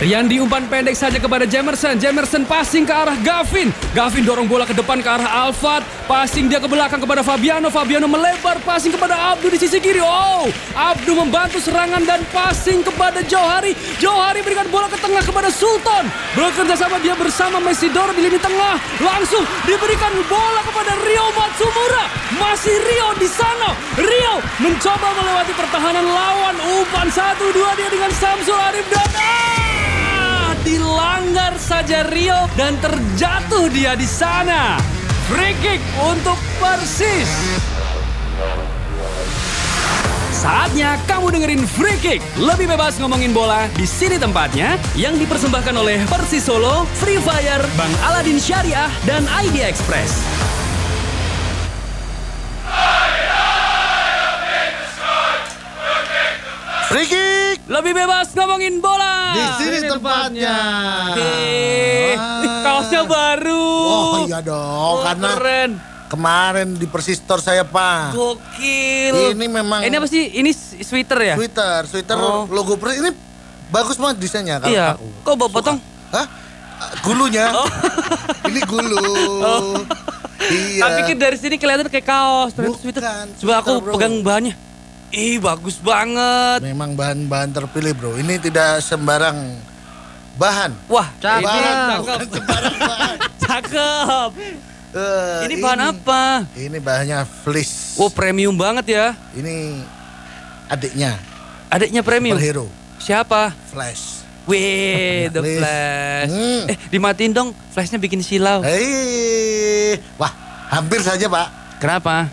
Rian umpan pendek saja kepada Jamerson. Jamerson passing ke arah Gavin. Gavin dorong bola ke depan ke arah Alfat. Passing dia ke belakang kepada Fabiano. Fabiano melebar passing kepada Abdu di sisi kiri. Oh, Abdu membantu serangan dan passing kepada Johari. Johari berikan bola ke tengah kepada Sultan. Bekerja sama dia bersama Mesidoro di lini tengah. Ah, Langsung diberikan bola kepada Rio Matsumura. Masih Rio di sana. Rio mencoba melewati pertahanan lawan. Umpan 1-2 dia dengan Samsul Arif dan... Ah! dilanggar saja Rio dan terjatuh dia di sana. Free kick untuk Persis. Saatnya kamu dengerin Free Kick. Lebih bebas ngomongin bola di sini tempatnya yang dipersembahkan oleh Persis Solo, Free Fire, Bang Aladin Syariah, dan ID Express. Free kick Lebih bebas ngomongin bola. di sini tempatnya. Ih, Wah. kaosnya baru. Oh iya dong, Oh, karena keren. kemarin di persistor saya pak. Gokil. Ini memang- Ini apa sih? Ini s- sweater ya? Twitter, Twitter Oh. logo persis ini bagus banget desainnya kalau Iya. aku. Kok bawa potong? Oh. Hah? Gulunya? ini gulu. Iya. Tapi pikir dari sini kelihatan kayak kaos. Ternyata Bukan, sweater. Coba sweater, aku bro. pegang bahannya. Ih, bagus banget. Memang bahan-bahan terpilih bro. Ini tidak sembarang bahan. Wah, Cakep. ini Bukan cakep. sembarang bahan. Cakep. Eh, Ini bahan apa? Ini bahannya fleece. Wow, premium banget ya. Ini adiknya Adiknya premium. superhero Siapa? Flash. Wih, The Please. Flash. Hmm. Eh, Eh, dimatiin dong. Flashnya bikin silau. Hei, wah hampir saja pak. Kenapa?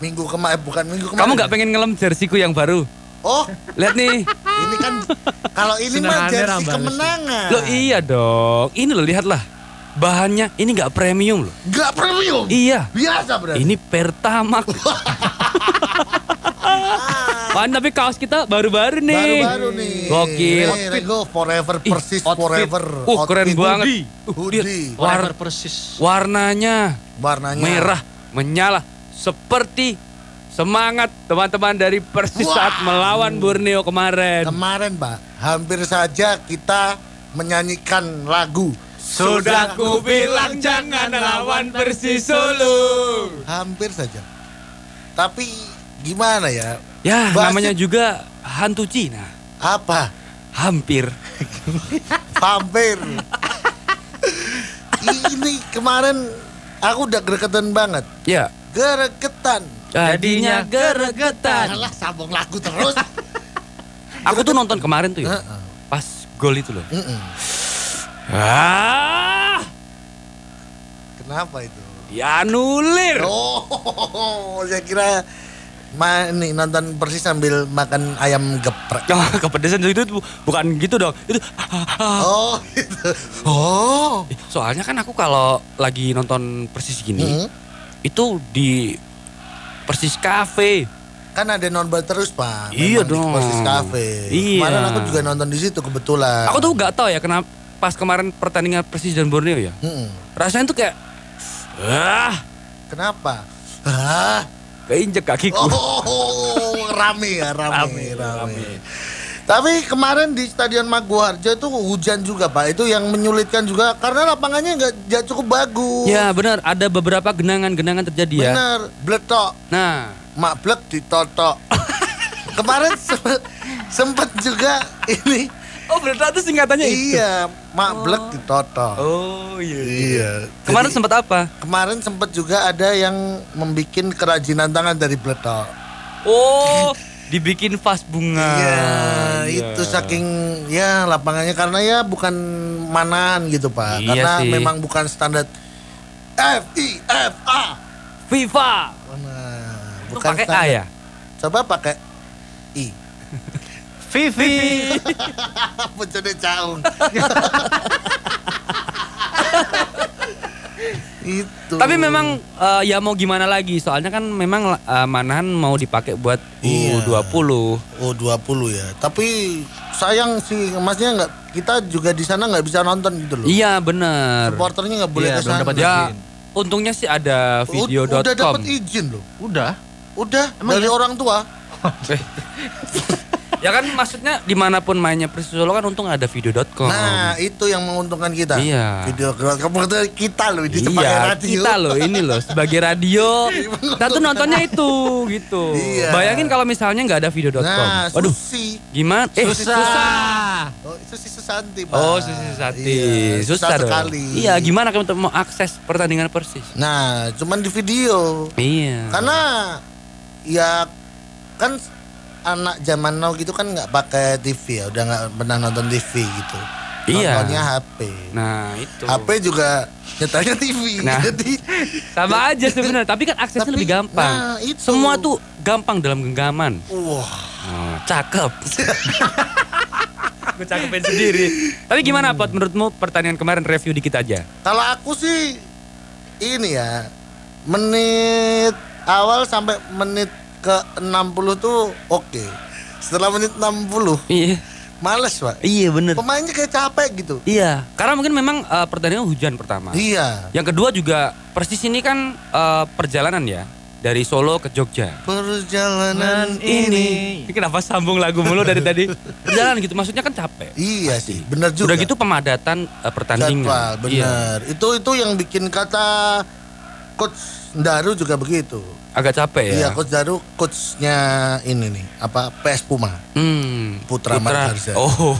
Minggu kemarin bukan minggu kemarin. Kamu nggak pengen ngelem jersiku yang baru? Oh, Lihat nih. ini kan kalau ini mah Sederhana jersey rambang. kemenangan. Loh iya dong. Ini loh lihatlah. Bahannya ini nggak premium loh. Gak premium. Iya. Biasa berarti. Ini pertamax. Pan tapi kaos kita baru-baru nih. Baru-baru nih. Gokil. Nih, Rego forever Ih, persis outfit. forever. Uh keren Outfit. banget. Hoodie. Uh, Hoodie. lihat. War Warna persis. warnanya Nah. Warnanya merah menyala seperti semangat teman-teman dari Persis saat melawan Borneo kemarin. Kemarin pak, hampir saja kita menyanyikan lagu. Persis Solo. Hampir saja. Tapi gimana ya? Ya, Wasit. namanya juga hantu Cina. Apa? Hampir. Hampir. Ini kemarin aku udah gregetan banget. Ya. Gregetan. Jadinya Jadinya geregetan. Alah sambung lagu terus. Aku tuh nonton kemarin tuh ya. Heeh. Pas gol itu loh. Mm-mm. Ah, Kenapa itu? ya nulir. Oh, saya kira ma ini nonton persis sambil makan ayam geprek. Oh, kepedesan itu tuh bukan gitu dong. Itu ah, ah. Oh, gitu. Oh. soalnya kan aku kalau lagi nonton persis gini Hmm. itu di persis cafe. Kan ada nonton terus, Pak. Iya Memang di dong. Persis Cafe. Iya. Kemarin aku juga nonton di situ kebetulan. Aku tuh nggak tahu ya kenapa pas kemarin pertandingan persis dan Borneo ya. Mm-mm. Rasanya tuh kayak ah Kenapa? Hah? keinjek kakiku. Oh, rame ya, rame, rame, Tapi kemarin di Stadion Maguwarjo itu hujan juga Pak. Itu yang menyulitkan juga karena lapangannya nggak nggak cukup bagus. Ya benar ada beberapa genangan-genangan terjadi ya. Bener, bletok, Nah, mablek ditotok. kemarin sempet, sempet juga ini. oh berarti itu singkatannya iya, mablek ditotok. Oh iya. Iya. Kemarin Jadi, sempat apa? kemarin sempet juga ada yang membuat kerajinan tangan dari bletok. Oh, dibikin vas bunga. Iya, itu saking ya lapangannya karena ya bukan manaan gitu pak, Iya karena sih. memang bukan standar F I F A. FIFA. Nah, Lu pakai A standar. ya? Coba pakai I. Vivi. Apa jadi caung? itu. Tapi memang eh, ya mau gimana lagi? Soalnya kan memang eh, Manahan mau dipakai buat Iya. U20. Oh 20 ya. Tapi sayang sih emasnya nggak kita juga di sana nggak bisa nonton gitu loh. Iya, bener Supporternya nggak boleh Iya, ke belum sana. dapat Ya, izin. untungnya sih ada U- Udah video.com. dapat izin loh. Udah. Eh, Udah dari orang tua. Ya kan maksudnya dimanapun mainnya Persis Solo kan untung ada video.com. Nah, itu yang menguntungkan kita. Iya. Video kemudian kita loh di sebagai iya, radio. kita loh ini loh sebagai radio. Kita tuh nontonnya itu gitu. Iya. Bayangin kalau misalnya nggak ada video.com. Nah, Waduh, Susi. gimana? Eh, Susah. susah. Oh, Susi Susanti, Pak. Oh, susah Sati. Iya, susah, dong. sekali. Iya, gimana kamu tuh mau akses pertandingan Persis? Nah, cuman di video. Iya. Karena ya kan anak zaman now gitu kan nggak pakai TV ya, udah nggak pernah nonton TV gitu. Iya. Nontonnya HP. Nah, itu. HP juga nyatanya TV. Nah. Jadi Sama aja sebenarnya, tapi kan aksesnya Tapi, lebih gampang. nah, itu. Semua tuh gampang dalam genggaman. wah, Oh, cakep. Gue cakepin sendiri. Tapi gimana Pot menurutmu pertandingan kemarin review dikit aja? kalau aku sih ini ya menit awal sampai menit ke 60 tuh oke. Setelah menit 60 Iya. males, Pak. Iya bener. Pemainnya kayak capek gitu. Iya. Karena mungkin memang eh, pertandingan hujan pertama. Iya. Yang kedua juga Persis ini kan eh, perjalanan ya dari Solo ke Jogja. Perjalanan ini. Ini Kenapa sambung lagu mulu dari tadi? Perjalanan gitu maksudnya kan capek. Iya Pasti. sih, benar juga. Udah gitu pemadatan eh, pertandingan. Jadwal, Iya. benar. Itu itu yang bikin kata coach Daru juga begitu. Agak capek ya. Iya, coach Daru coachnya ini nih, apa PS Puma. Hmm. Putra Margarza. Oh.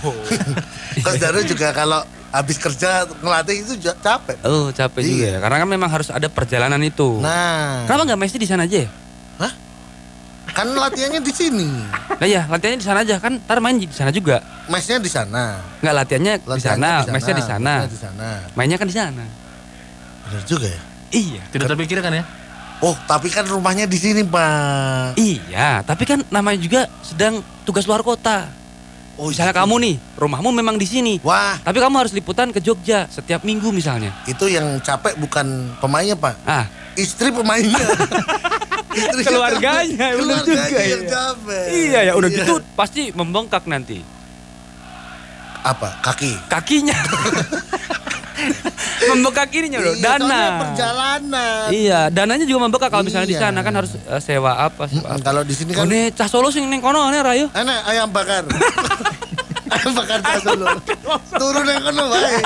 Coach Daru juga kalau habis kerja ngelatih itu ja- capek. oh, capek juga Iya. ya. Karena kan memang harus ada perjalanan itu. Nah, Kenapa nggak Messi di sana aja? ya? Hah? Kan latihannya di sini. Nah ya latihannya di sana aja kan, ntar main di sana juga. Mesnya di sana. Nggak latihannya di sana, Latihannya Messi di sana, mesnya Di sana. mainnya kan di sana. Benar juga ya. Iya, Tidak terpikirkan ya? Oh, tapi kan rumahnya di sini, Pak. iya. Tapi kan namanya juga sedang tugas luar kota. Oh, Misalnya gitu. kamu nih, rumahmu memang di sini. Wah, Tapi kamu harus liputan ke Jogja setiap minggu misalnya. itu yang capek bukan pemainnya, Pak. Ah, istri pemainnya istri Keluarganya, bener keluarganya juga yang ya. capek iya ya udah gitu pasti membengkak nanti apa kaki kakinya. membengkak ininya loh, Iya, Ya dana. soalnya perjalanan Iya, dananya juga membengkak kalau misalnya di Iya. sana kan harus eh, sewa apa? Mm, Sewa apa. kalau di sini Ini kan cah solo sing ning kono ane Rayo. enak ayam bakar ayam bakar tas dulu turun yang kono Oh, baik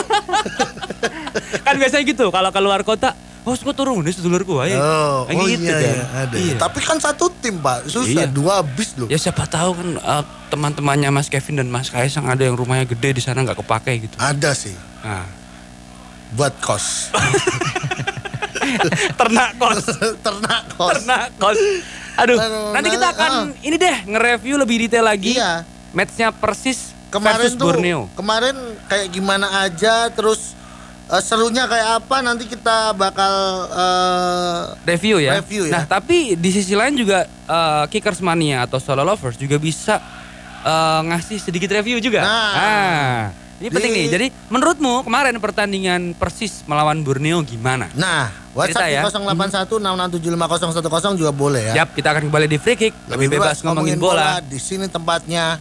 Kan biasanya gitu kalau keluar kota, "Bos, kok turun nih sedulurku ae." oh, Yang oh gitu iya, kan. iya, ada. Iya. tapi kan satu tim pak Iya. susah dua habis loh Ya siapa tahu kan eh, teman-temannya Mas Kevin dan Mas Kaisang ada yang rumahnya gede di sana nggak kepake gitu. ada sih Nah, buat kos ternak kos, ternak kos ternak kos. Aduh, Aduh, nanti kita nanti- akan ini deh nge-review lebih detail lagi. Iya. Matchnya persis kemarin versus tuh Borneo. kemarin kayak gimana aja terus eh, serunya kayak apa nanti kita bakal eh, Review ya. Review Nah, ya. tapi di sisi lain juga eh, Kickers Mania atau Solo Lovers juga bisa eh, ngasih sedikit review juga. Nah. Ah, ini penting Di- nih. Jadi menurutmu kemarin pertandingan Persis melawan Borneo gimana? nah Cerita WhatsApp ya. di 081 6675010 juga boleh ya. Yap, kita akan kembali di free kick. Lebih, bebas ngomongin, bola. Di sini tempatnya.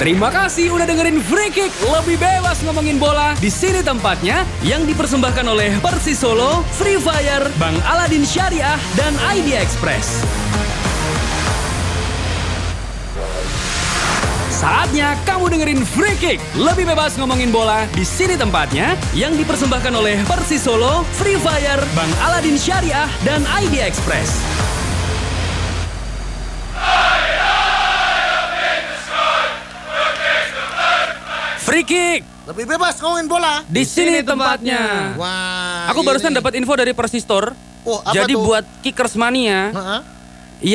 Terima kasih udah dengerin Free Kick lebih bebas ngomongin bola. Di sini tempatnya yang dipersembahkan oleh Persis Solo, Free Fire, Bang Aladin Syariah dan Idea Express. Saatnya kamu dengerin Free Kick lebih bebas ngomongin bola. Di sini tempatnya yang dipersembahkan oleh Persis Solo, Free Fire, Bang Aladin Syariah dan Idea Express. Free kick Lebih bebas ngomongin bola. di sini tempatnya. Wah. iya Aku ini. barusan dapat info dari Persis Store. Oh, apa Jadi tuh? buat Kickers Mania Heeh.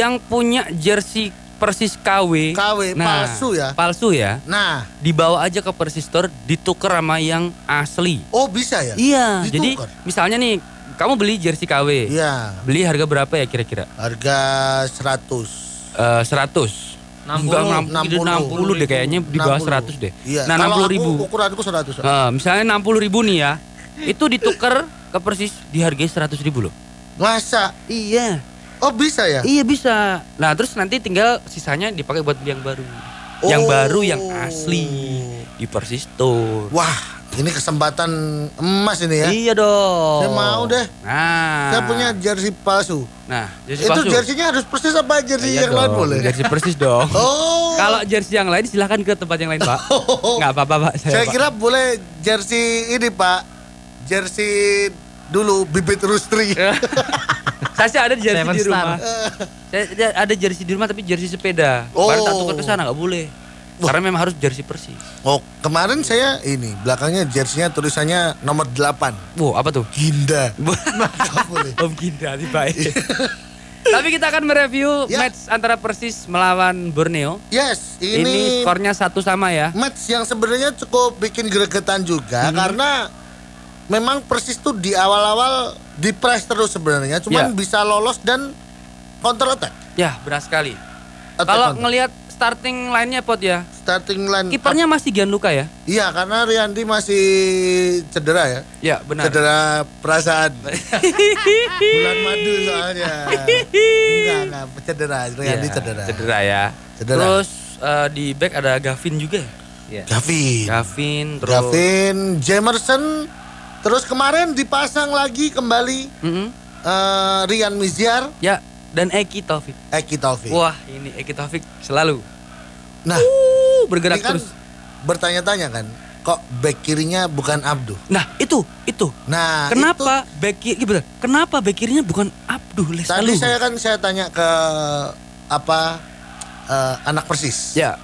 yang punya jersey Persis KW. KW, palsu ya? Palsu ya. Nah, Dibawa aja ke Persis Store ditukar sama yang asli. oh bisa ya? Iya, jadi Ditukar. misalnya nih kamu beli jersey KW. Iya. Beli harga berapa ya kira-kira? Harga 100. Eh, 100. 60. Enggak, Oh, 60, 60 deh kayaknya di bawah 100 deh. Iya. Nah, 60 Kalau ribu. Aku, ukuranku 100. Eh, misalnya 60 ribu nih ya. Itu ditukar ke persis dihargai 100 ribu loh. Masa? Iya. Oh, bisa ya? Iya bisa. Nah, terus nanti tinggal sisanya dipakai buat beli yang baru. Yang Oh. baru yang asli di Persis Store. Wah, Ini kesempatan emas ini ya. Iya dong. Saya mau deh. Nah. Saya punya jersey palsu. Nah, jersey itu palsu. jersinya harus persis apa jersey Iya Kan yang lain dong, boleh? Jersey persis dong. Oh. Kalau jersey yang lain silahkan ke tempat yang lain, Pak. Nggak apa-apa, Pak. saya Pak. kira boleh jersey ini Pak. Jersey dulu bibit rustri. Iya. saya sih ada jersey Seven di Star. rumah. Saya saya ada jersey di rumah tapi jersey sepeda. Oh. Baru tak tukar ke sana nggak boleh. Karena memang harus jersey persis. Oh, kemarin saya ini belakangnya jersinya tulisannya nomor 8. Wow, apa tuh? Ginda. Nggak boleh. Om Ginda baik. Tapi kita akan mereview Iya. Ya. match antara Persis melawan Borneo. Yes, Ini, ini, skornya satu sama ya. match yang sebenarnya cukup bikin Mhm. gregetan juga karena memang Persis tuh di awal-awal di press terus sebenarnya, Ya. cuman bisa lolos dan counter attack. Ya, benar sekali. Attack Kalau counter. ngelihat starting line-nya Pot ya. Hmm. starting line Kipernya masih Gianluca ya? Iya, karena Riyandi masih cedera ya. Ya, benar. Cedera perasaan. Bulan madu soalnya. enggak, enggak cedera. Riyandi Ya, cedera. ya. Cedera. Terus eh, di back ada Gavin juga. ya? Gavin. Gavin Ya, terus Gavin Jamerson terus kemarin dipasang lagi kembali Mm-mm. eh, Rian Miziar, Ya, dan Eki Taufik. Eki Taufik. Wah, ini Eki Taufik selalu Nah, uh, ini bergerak kan terus. bertanya-tanya kan, kok back kirinya bukan Abdu? Nah, itu itu. Nah, itu Kenapa back kiri iya, bener. Kenapa back kirinya bukan Abdul Tadi Lestalu? saya kan saya tanya ke apa eh, anak persis. Ya,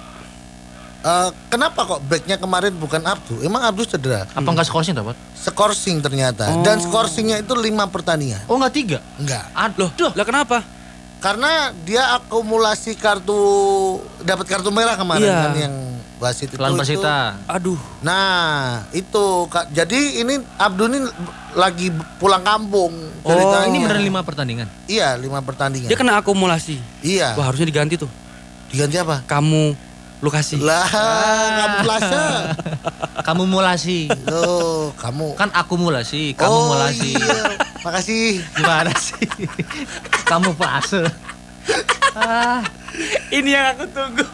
Eh, kenapa kok backnya kemarin bukan Abdu? Emang Abdu cedera? Apa enggak skornya dapat? Skorsing ternyata. Oh. Dan skorsingnya itu lima pertandingan. Oh enggak tiga. Enggak. Aduh. lah kenapa? Karena dia akumulasi kartu dapat kartu merah kemarin Iya. kan yang wasit itu. Lan itu. Pasita. Aduh. Nah, itu Kak. Jadi ini Abdu ini lagi pulang kampung. Oh, ceritanya. ini beneran lima pertandingan. Iya, lima pertandingan. Dia kena akumulasi. Iya. Wah, harusnya diganti tuh. Diganti apa? Kamu lokasi. Lah, Ah. kamu plaza. Kamu mulasi. Loh, kamu. Kan akumulasi, kamu mulasi. iya. Makasih. Gimana sih? kamu fase. Ah, Ini yang aku tunggu.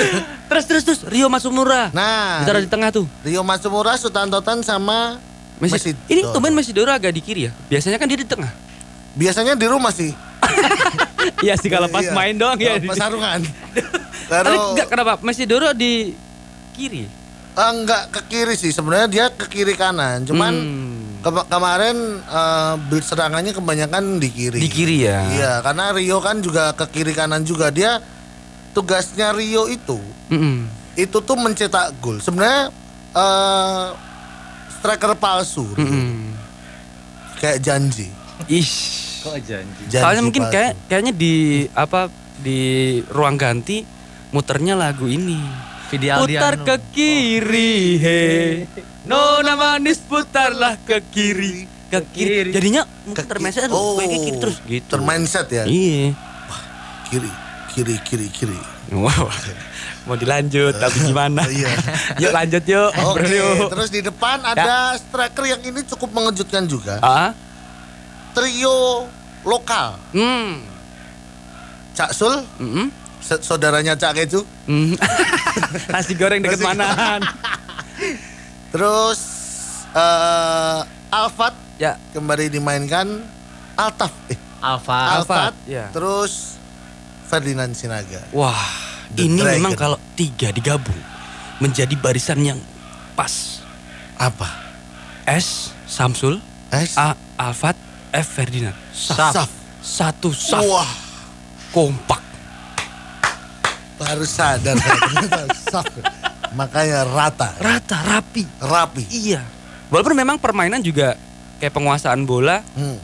terus terus terus Rio Masumura. Nah, Ditaruh di tengah tuh. Rio Matsumura, Sutantotan sama Messi. Messi Ini Doro. tumben Messi Doro agak di kiri ya. Biasanya kan dia di tengah. Biasanya di rumah sih. Iya sih kalau pas Iya. main doang ya. Kalau Pas sarungan. Tapi Taruh enggak kenapa Messi Doro di kiri. eh, enggak ke kiri sih. Sebenarnya dia ke kiri kanan. Cuman Hmm. kema- kemarin eh, build serangannya kebanyakan di kiri. Di kiri ya. Iya, karena Rio kan juga ke kiri kanan juga dia tugasnya Rio itu Hmm. Mm-mm. itu tuh mencetak gol. Sebenarnya eh striker palsu Rio. Mm-mm. kayak janji. Ish. Kok janji? janji Soalnya mungkin palsu. kayak kayaknya di apa di ruang ganti muternya lagu ini. Video putar Aldiano. ke kiri he. Nona manis putarlah ke kiri. Ke kiri. Jadinya mungkin termesnya oh, oh, ke kiri terus gitu. Termindset ya. Iya. Kiri, kiri, kiri, kiri. Wow. Mau dilanjut tapi gimana? Iya. yuk lanjut yuk. Oke, Bro, yuk. terus di depan ada striker yang ini cukup mengejutkan juga. Ya. Ah? Trio lokal. Hmm. Cak Sul, Mm-mm. se- saudaranya Cak Keju. Mm. Nasi goreng deket manaan. Terus eh Alfat ya. kembali dimainkan Altaf. Eh, Alfat. Alfa. Alfat, iya. Terus Ferdinand Sinaga. Wah, The ini Dragon. memang kalau tiga digabung menjadi barisan yang pas. Apa? S Samsul, Eh, A Alfat, F Ferdinand. Saf. Saf. Satu saf Wah, kompak. baru sadar saya ternyata Saf. Makanya rata, Rata rapi. rapi. Iya. Walaupun memang permainan juga kayak penguasaan bola Hmm.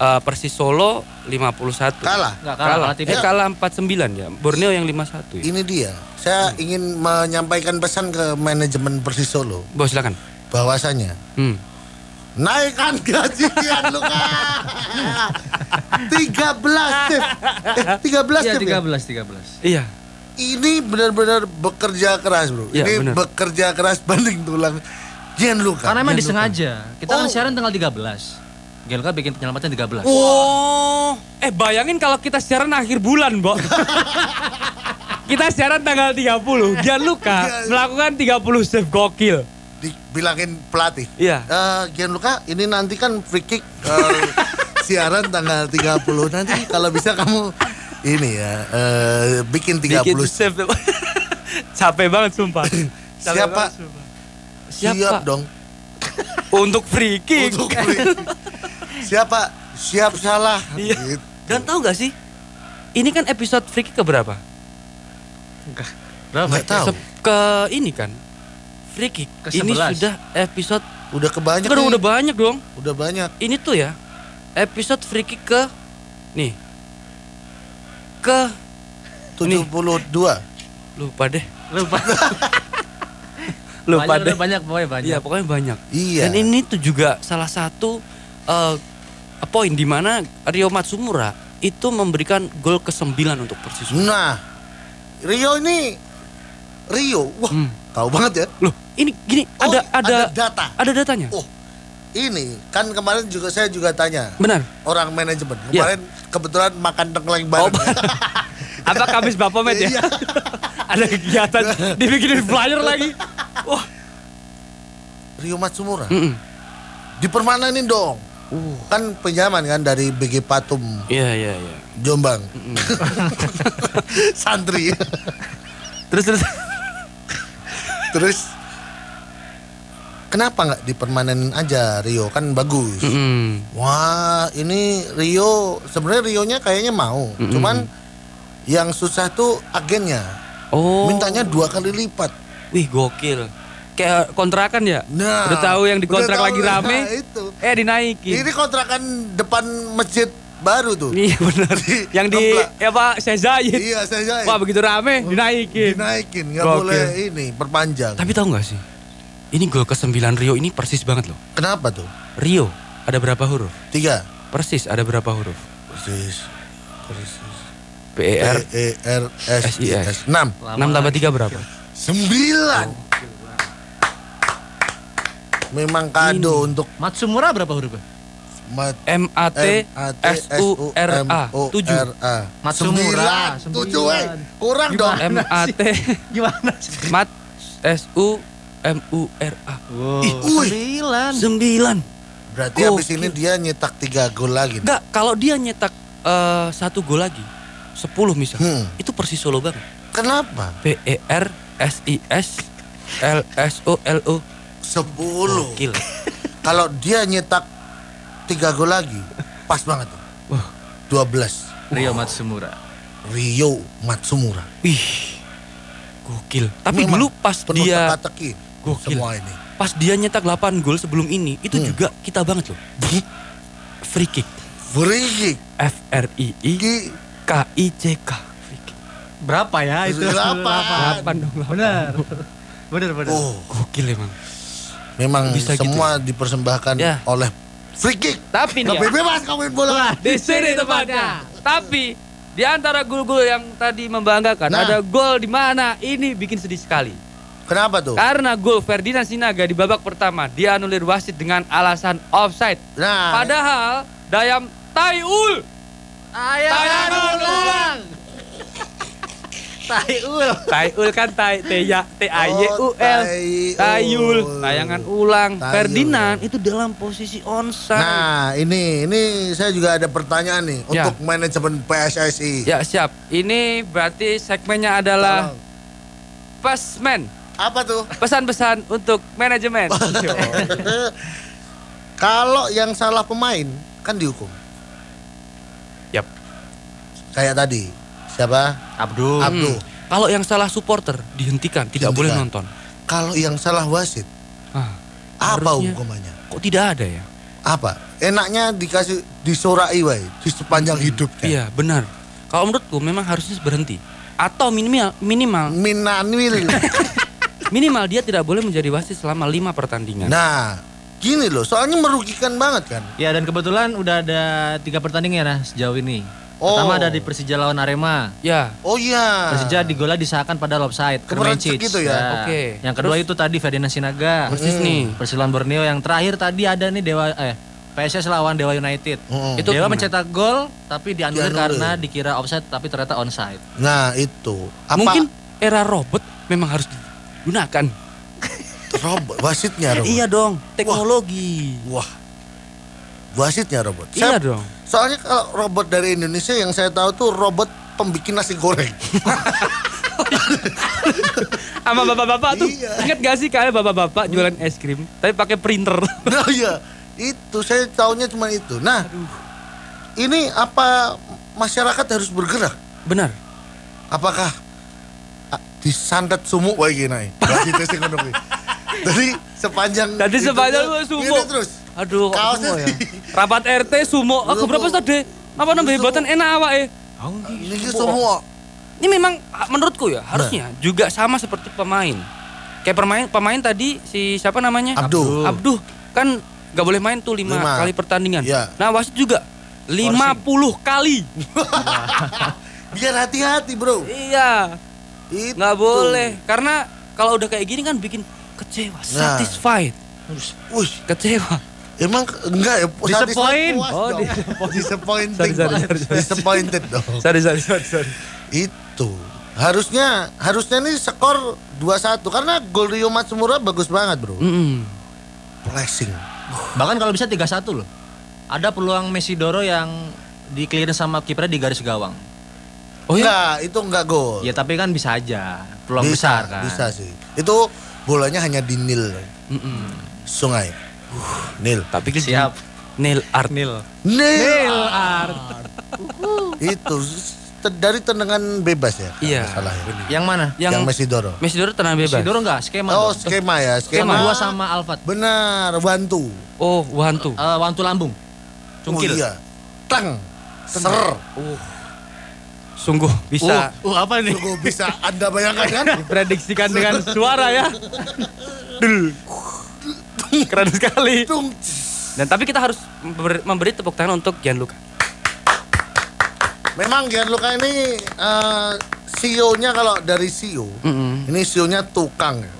eh, Persis Solo 51. Kalah. Enggak kalah, Kalah. kalah Eh tipis. kalah 49 ya. Borneo yang 51 ya. Ini dia. Saya ingin menyampaikan pesan ke manajemen Persis Solo Bos silakan. bahwasanya Hmm. naikkan gaji Gianluca. 13 Steve. Eh, 13 Iya, Steve, ya? 13 13. Iya. Ini benar-benar bekerja keras, Bro. Iya, benar. Ini bekerja keras banding tulang Gianluca. Karena emang Gianluca. disengaja. Kita Oh. kan siaran tanggal 13. Gelka bikin penyelamatan Oh. 13. Wow. Eh bayangin kalau kita siaran akhir bulan, Mbok. Iya. kita siaran tanggal 30. Gianluca melakukan 30 save gokil. dibilangin pelatih. Iya. Eh, Gianluca, ini nanti kan free kick eh, siaran tanggal 30 nanti kalau bisa kamu ini ya eh, bikin 30 Bikin save. Capek banget sumpah. Capek Siapa? banget, sumpah. siap, Siapa? dong Untuk free kick. untuk free kick. Siapa? Siap salah. Iya. Gitu. Dan tahu gak sih? Ini kan episode free kick keberapa? Berapa? Nggak tahu. Sep- Ke ini kan. Free kick. Ke Ini 11. sudah episode Udah kebanyak. Kan nih. udah banyak dong. Udah banyak. Ini tuh ya episode free kick ke nih ke 72. lupa deh Lupa. lupa Banyak, deh. Banyak, pokoknya banyak. Iya pokoknya banyak. Iya. Dan ini tuh juga salah satu eh, poin di mana Rio Matsumura itu memberikan gol ke-9 untuk Persis. Nah, Rio ini Rio. Wah, tahu banget ya. Loh, ini gini Oh, Hmm. ada ada ada data. Ada datanya. Oh, ini kan kemarin juga saya juga tanya Benar. orang manajemen. Iya. Kemarin kebetulan makan tengkleng bareng. Oh, Apa Kamis Bapomet ya? Iya. ada kegiatan dibikinin flyer lagi. Wah. Rio Matsumura. Mm-mm. Uh. Dipermananin dong. Kan pinjaman kan dari BG Patum Iya iya iya. Jombang. Santri. Terus terus. Terus kenapa nggak dipermanenin aja Rio kan bagus. Mm. Wah, ini Rio sebenarnya Rionya kayaknya mau, cuman yang susah tuh agennya. Oh. Mintanya dua kali lipat. Wih gokil. Kayak kontrakan ya? Nah, udah tahu yang dikontrak udah tahu, lagi rame. nah, itu. Eh dinaikin. Ini kontrakan depan masjid baru tuh. Iya benar. Di- yang di ngeblak. ya Pak Sezaid. iya, saya Wah begitu rame dinaikin. dinaikin, nggak Gokil. boleh ini perpanjang. Tapi tahu nggak sih? Ini gol ke-9 Rio ini persis banget loh. Kenapa tuh? Rio ada berapa huruf? Tiga. Persis ada berapa huruf? Persis. Persis. P E R E R S I S. S. Enam. 6 tambah 3 berapa? Sembilan. Memang kado untuk Matsumura berapa hurufnya? mat M A T S U R A 7. A Matsumura, Sembilan. Tujuh, sembilan. eh. Kurang dong. Gimana M A T Gimana sih? Mat S U M U R A Wow, Ih, uy. sembilan. 9. Berarti Gokil. habis ini dia nyetak tiga gol lagi. Enggak, kalau dia nyetak eh, satu gol lagi, 10 misal, Hmm. itu persis Solo banget. Kenapa? P E R S I S L S O L O. Sepuluh. Gokil. Kalau dia nyetak tiga gol lagi, pas banget. tuh. Dua belas. Rio Matsumura. Rio Matsumura. Wih. Gokil. Tapi Memang dulu pas penuh dia teka-teki Gokil. semua ini. pas dia nyetak 8 gol sebelum ini, itu Hmm. juga kita banget loh. Free kick. Free F R I I kick. K I C K. Free kick. Berapa ya itu? Delapan. 8 dong. lah. Benar. Benar, benar. Oh, Gokil emang. memang Bisa gitu. semua dipersembahkan Ya. oleh free kick. Tapi nih ya, Tapi bebas kamu main bola. di sini tempatnya. Tapi di antara gol-gol yang tadi membanggakan Nah. ada gol di mana ini bikin sedih sekali. Kenapa tuh? Karena gol Ferdinand Sinaga di babak pertama dianulir wasit dengan alasan offside. Nah, Padahal Dayam Taiul Taiul ulang. Taiul. Taiul kan Tai T ya T A Y U Oh, L Taiul. Taiul tayangan ulang Taiul. Ferdinand itu dalam posisi onside. Nah, ini ini saya juga ada pertanyaan nih kan. Ya. untuk manajemen PSSI. Ya siap. Ini berarti segmennya adalah Pesmen. Apa tuh? Pesan-pesan untuk manajemen. Kalau yang salah pemain kan dihukum. Yap. Kayak tadi. Siapa? Hmm. Abdul. Abdul. Kalau yang salah supporter dihentikan, tidak Dihentikan. boleh nonton. Kalau yang salah wasit, Ah, apa Harusnya. hukumannya? kok tidak ada ya? Apa? Enaknya dikasih disorai wae di sepanjang hidupnya. Iya, benar. Kalau menurutku memang harusnya berhenti. Atau minimal minimal Minanwil. minimal dia tidak boleh menjadi wasit selama lima pertandingan. nah, gini loh, soalnya merugikan banget kan. Ya dan kebetulan udah ada tiga pertandingan ya sejauh ini. Oh. Pertama ada di Persija lawan Arema. Ya, Oh iya. Persija digola disahkan pada offside. Kemerencik Kremencic. gitu ya? Oke. Yang kedua Terus? itu tadi Ferdinand Sinaga. Hmm. persis nih. Persilawan Borneo yang terakhir tadi ada nih Dewa eh PSS lawan Dewa United. Mm-mm. Itu Dewa gimana? mencetak gol tapi dianulir Dianulir. karena dikira offside tapi ternyata onside. Nah, itu. Apa Mungkin era robot memang harus digunakan. Robot, wasitnya robot. Iya dong, teknologi. Wah. Wasitnya robot. Iya Saya- dong. Soalnya kalau robot dari Indonesia yang saya tahu tuh robot pembikin nasi goreng. Sama bapak-bapak tuh. Iya. Ingat gak sih kalian bapak-bapak jualan es krim tapi pakai printer. Nah iya, itu saya taunya cuma itu. Nah, ini apa masyarakat harus bergerak? Benar. Apakah ah, disandat sumuk bagi naik? Bagi tes ekonomi. Jadi sepanjang Tadi itu sepanjang tuh, lu sumuk. gini terus. Aduh, kok Kaosnya semua ya. sih. Rapat RT sumo. Aku berapa tadi? Apa nambah hebatan enak awak eh. Ini ki semua. Ini memang ah, menurutku Nah. ya harusnya juga sama seperti pemain. Kayak pemain pemain tadi si siapa namanya? Abduh. Abduh kan nggak boleh main tuh lima, Lima. kali pertandingan. Iya. Nah wasit juga 50 kali. Biar hati-hati, Bro. Iya. Itu. Nggak boleh karena kalau udah kayak gini kan bikin kecewa, Nah. satisfied, Wih, kecewa. emang ke- enggak ya? Disappoint. Oh, Oh, disappoint. disappointing. Sorry, sorry, sorry, sorry. Disappointed dong. Sorry, sorry, sorry, sorry. Itu harusnya harusnya nih skor 2-1 karena gol Rio Matsumura bagus Hmm. banget, Bro. Mm-mm. Blessing. Bahkan kalau bisa 3-1 loh. Ada peluang Messi Doro yang di-clear sama kipernya di garis gawang. Oh iya? ya? Enggak, itu enggak gol. Ya tapi kan bisa aja. Peluang besar kan. Bisa sih. Itu bolanya hanya di Nil. Sungai. Uh, Nil. Tapi kan Siap. Neil art. Nil. Nil. Art. Itu te- dari tendangan bebas ya. kalau Iya. nggak Salah ya. Yang mana? Yang, Yang Messi Doro. Messi Doro tenang bebas. Messi Doro enggak? Skema. Oh, dong. skema ya, skema skema. dua sama Alfat. Benar, bantu. Oh, Wantu. Eh, Wantu lambung. Cungkil. Oh, iya. Tang. Ser. Sungguh bisa Uh, uh, apa ini? Gue bisa Anda bayangkan kan? Oh. Prediksikan dengan suara ya. Dul. Keren sekali. Tung. Dan tapi kita harus member- memberi tepuk tangan untuk Gianluca. Memang Gianluca ini eh, CEO-nya kalau dari CEO, Mm-mm. ini CEO-nya tukang, ya.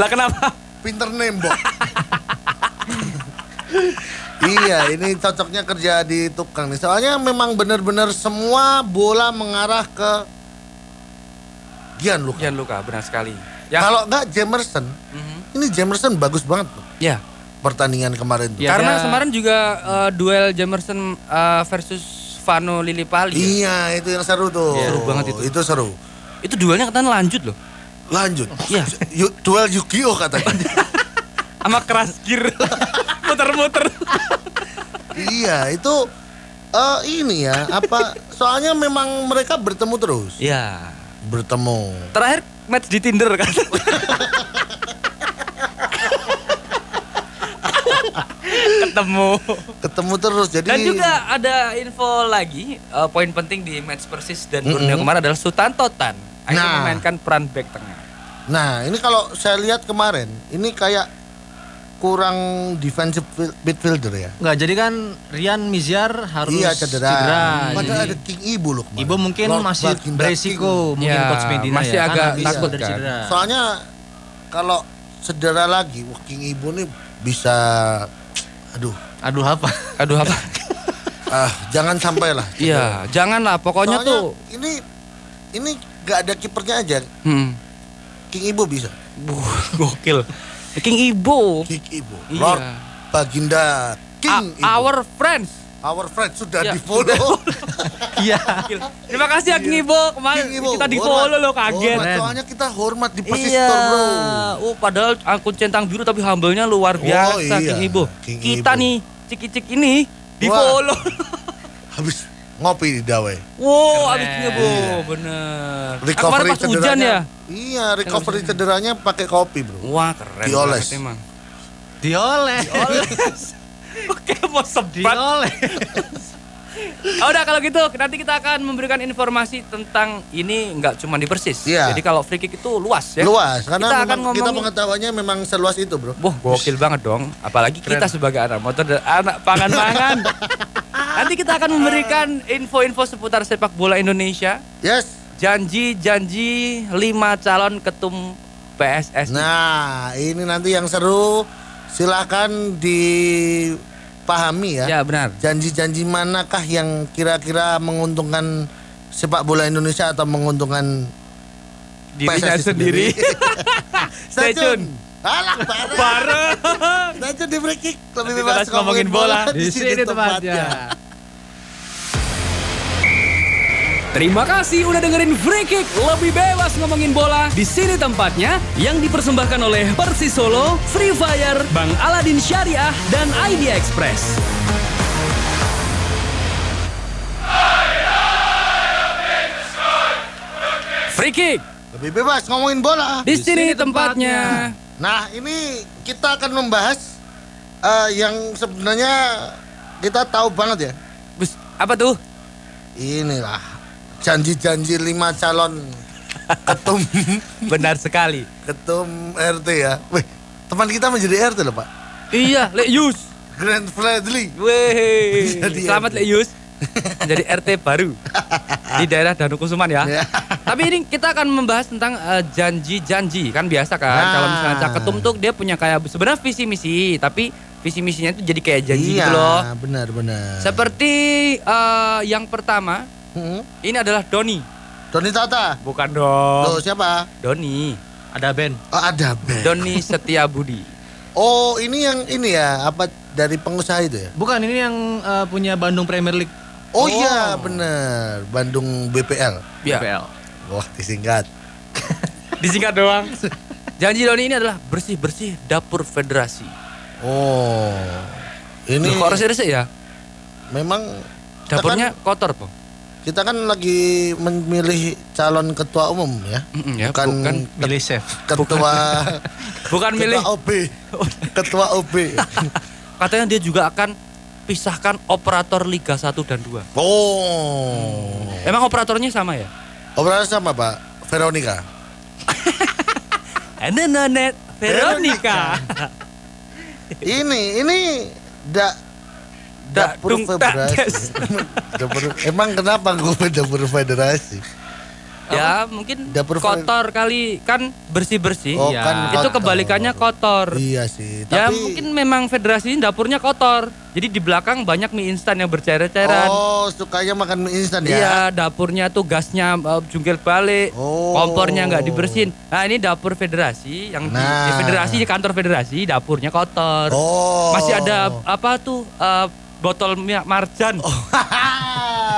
Lah kenapa? pinter nembok. iya, ini cocoknya kerja di tukang nih. Soalnya memang benar-benar semua bola mengarah ke Gianluca. Gianluca benar sekali. Ya. Kalau nggak Jamerson, Mhm. ini Jamerson bagus banget Bro. Ya. pertandingan kemarin tuh. Ya, Karena dia- kemarin juga eh, duel Jamerson eh, versus Vano Lillipali. Iya, itu yang seru tuh. Seru banget itu. Itu seru. Itu duelnya katanya lanjut loh. Lanjut. Iya. Yu- Duel Yu-Gi-Oh katanya. Sama keras gear. Muter-muter. Iya, itu eh ini ya apa soalnya memang mereka bertemu terus. Iya. Bertemu. Terakhir match di Tinder kan. Ketemu. Ketemu terus. Jadi Dan juga ada info lagi eh, poin penting di match Persis dan Borneo kemarin adalah Sultan Totan akhirnya Nah. memainkan peran back tengah. Nah, ini kalau saya lihat kemarin, ini kayak kurang defensive fil- midfielder ya. Enggak, jadi kan Rian Miziar harus iya, cedera. cedera, Padahal ada jadi King Ibu loh kemarin. Ibu mungkin Lord masih Barkin beresiko mungkin Ya, coach Medina masih ya, agak habis takut dari kan. cedera. Barking. Nah. Soalnya kalau cedera lagi, wah King Ibu nih bisa aduh, Aduh apa? Aduh apa? ah jangan sampai lah. Iya, janganlah pokoknya Soalnya tuh. ini ini gak ada kipernya aja. Hmm. King Ibu bisa. Wuh, gokil. King Ibo. King Ibu. Iya. Lord Baginda King Ibu. A- our friends. Our friend sudah Ya, di follow. Iya. Gokil. Terima kasih ya King Ibo kemarin kita di follow hormat. lo kaget. Hormat, soalnya kita hormat di Persistor iya. bro. Oh, padahal angkut centang biru tapi humble-nya luar biasa iya. King Ibo. King kita Ibo. nih cik-cik ini di Wah. follow. Habis ngopi di Dawai. Wow, Keren. abis ini bu, bener. Ah, Kemarin Iya. Recovery pas hujan ya. Iya, recovery cederanya pakai kopi bro. Wah keren. Dioles. banget emang. Dioles. Dioles. Oke mau sebat. Dioles. Oh, udah kalau gitu nanti kita akan memberikan informasi tentang ini nggak cuma di Persis. Iya. Jadi kalau free kick itu luas ya. Luas, karena kita memang akan kita ngomongin. pengetahuannya memang seluas itu bro. Wah gokil banget dong. Apalagi kita sebagai anak motor dan anak pangan-pangan. nanti kita akan memberikan info-info seputar sepak bola Indonesia. Yes. Janji-janji lima calon ketum PSSI. Nah, ini nanti yang seru. Silahkan dipahami ya. ya benar. Janji-janji manakah yang kira-kira menguntungkan sepak bola Indonesia atau menguntungkan dirinya PSSI sendiri. Stay tune. Alah, bareng. Bareng. Kita aja Nah, di free kick. Lebih Nanti bebas kita ngomongin bola. Di sini tempatnya. Terima kasih udah dengerin Free Kick lebih bebas ngomongin bola di sini tempatnya yang dipersembahkan oleh Persis Solo, Free Fire, Bang Aladin Syariah dan Idea Express. Free kick. Lebih bebas ngomongin bola. Di sini tempatnya. Nah, ini kita akan membahas eh, yang sebenarnya kita tahu banget ya. Bus, apa tuh? Inilah janji-janji lima calon ketum Benar sekali. ketum RT ya. Wih, teman kita menjadi RT loh, Pak. iya, Lek Yus. Grand Fredly. Weh. Jadi Selamat RT. Lek Yus. Jadi RT baru di daerah Danukusuman ya. Ya. Tapi ini kita akan membahas tentang eh, janji-janji kan biasa kan. Nah. Kalau misalnya Cak Ketum tuh dia punya kayak sebenarnya visi misi, tapi visi misinya itu jadi kayak Iya. janji gitu loh. benar benar. Seperti eh, yang pertama, Hmm. ini adalah Doni. Doni Tata. Bukan dong. Loh, siapa? Doni. Ada band. Oh, ada Ben. Doni Setiabudi. Oh, ini yang ini ya, apa dari pengusaha itu ya? Bukan ini yang eh, punya Bandung Premier League. Oh, iya, benar. Bandung BPL. Ya. BPL. Wah, disingkat. Disingkat doang. Janji Doni ini adalah bersih-bersih dapur federasi. Oh. Ini Loh, kok resik-resik ya? memang kita Dapurnya kan- kotor, Bang. kita kan lagi memilih calon ketua umum ya. Mm-mm, ya, bukan, bukan. Milih chef. ketua Bukan milih. ketua OB. ketua OB. Katanya dia juga akan pisahkan operator Liga 1 dan 2. Oh. Emang operatornya sama ya? Obrolan sama Pak Veronica. Nenet Veronica. Ini ini da, dapur Dadung federasi. Dapur- emang kenapa gue dapur federasi? ya, mungkin Dapur Ver- kotor kali kan bersih-bersih. Oh, Iya. kan Itu kebalikannya kotor. Iya sih. Tapi, Ya mungkin memang federasi ini dapurnya kotor. Jadi di belakang banyak mie instan yang berceret-ceret. Oh, sukanya makan mie instan ya? Iya, dapurnya tuh gasnya uh, jungkir balik, Oh. kompornya nggak dibersihin. Nah ini dapur federasi, yang di- di, Nah. federasi di kantor federasi dapurnya kotor. Oh. Masih ada apa tuh uh, botol minyak marjan.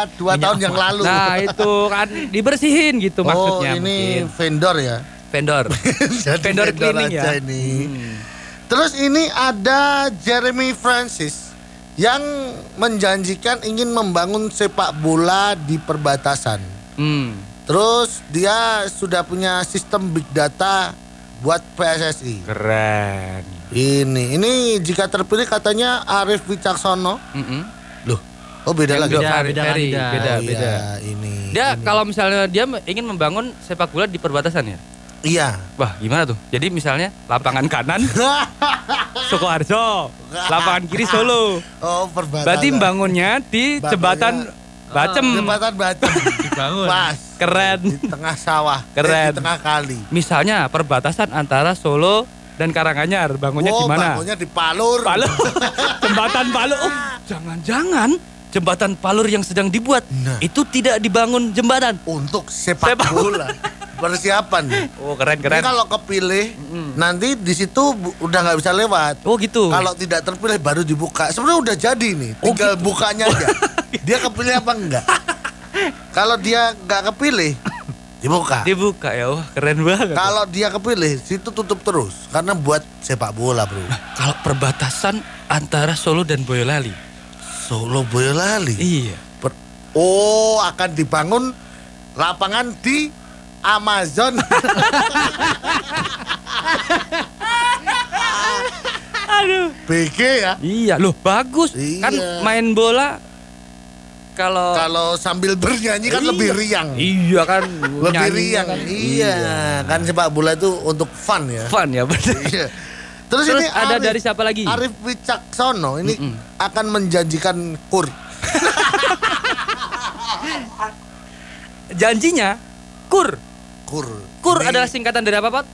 Oh, Dua tahun yang lalu. Nah itu kan dibersihin gitu oh, maksudnya ini mungkin. vendor ya. Vendor. Jadi Vendor cleaning ya. aja Ini. Hmm. Terus ini ada Jeremy Francis yang menjanjikan ingin membangun sepak bola di perbatasan. Hmm. Terus dia sudah punya sistem big data buat PSSI. Keren. Ini, ini jika terpilih katanya Arif Wicaksono. Mm-mm. Loh, oh beda lagi. Yang Beda, Ferry- beda, Ferry, beda. beda, Oh, beda. Iya, ini. Dia ini. kalau misalnya dia ingin membangun sepak bola di perbatasan ya. iya. Wah, gimana tuh? Jadi misalnya lapangan kanan Sukoharjo, lapangan kiri Solo. oh, perbatasan. Berarti bangunnya di Bangunnya- Ah. jembatan Bacem. jembatan batu Dibangun. Pas. Keren. Di tengah sawah. eh, Keren. Di tengah kali. Misalnya perbatasan antara Solo dan Karanganyar, bangunnya Wow, di mana? Oh, bangunnya di Palur. Palur. jembatan Palur. Oh, jangan-jangan jembatan Palur yang sedang dibuat Nah. itu tidak dibangun jembatan. Untuk sepak, Sepak bola. Persiapan. Oh, keren-keren. Ini kalau kepilih, nanti di situ bu- udah nggak bisa lewat. Oh, gitu. Kalau tidak terpilih baru dibuka. Sebenarnya udah jadi nih, Oh, tinggal gitu. bukanya aja. dia kepilih apa enggak? Kalau dia nggak kepilih, dibuka. dibuka ya. Wah, keren banget. Kalau dia kepilih, situ tutup terus karena buat sepak bola, Bro. Kalau perbatasan antara Solo dan Boyolali. Solo Boyolali. Iya. Per- oh, akan dibangun lapangan di Amazon. Aduh. BG ya. Iya, loh bagus. Kan Iya. Kan. main bola kalau Kalau sambil bernyanyi kan Oh. Iya. lebih riang. Iya kan Lebih nyanyi riang. kan. Iya, kan sepak bola itu untuk fun ya. Fun ya bener. Iya. Terus, Terus ini ada Arif- dari siapa Iya. lagi? Arif Wicaksono ini akan menjanjikan kur. Janjinya KUR. Kur. KUR Ini adalah singkatan dari apa, Pak?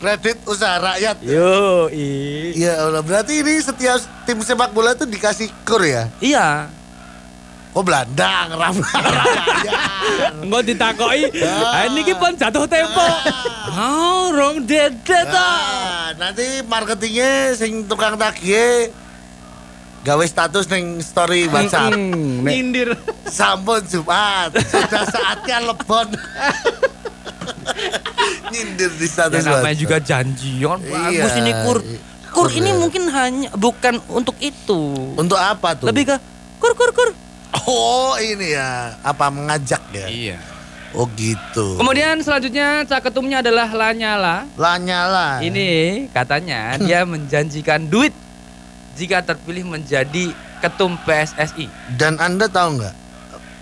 kredit usaha rakyat. Yo, Iya, Allah. berarti ini setiap tim sepak bola itu dikasih kur ya. Iya. Kok Belandang Rama Ramayan. Engko ditakoi, Ya. "Ah niki pun jatuh tempo." Ah, rong dedet ta. Nah, nanti marketingnya sing tukang tagih gawe status neng story WhatsApp. Hmm, Iya, nek- Nyindir. Sampun Jumat, sudah saatnya lebon. Nyindir di Ya status namanya WhatsApp. juga janji. Kan bagus Iya. ini kur. Kur ini Bener. mungkin hanya bukan untuk itu. Untuk apa tuh? Lebih ke kur kur kur. Oh ini ya, apa mengajak ya? Iya. Oh gitu. Kemudian selanjutnya caketumnya adalah Lanyala. Ah. Lanyala. Ini katanya dia menjanjikan duit jika terpilih menjadi ketum PSSI. Dan anda tahu nggak?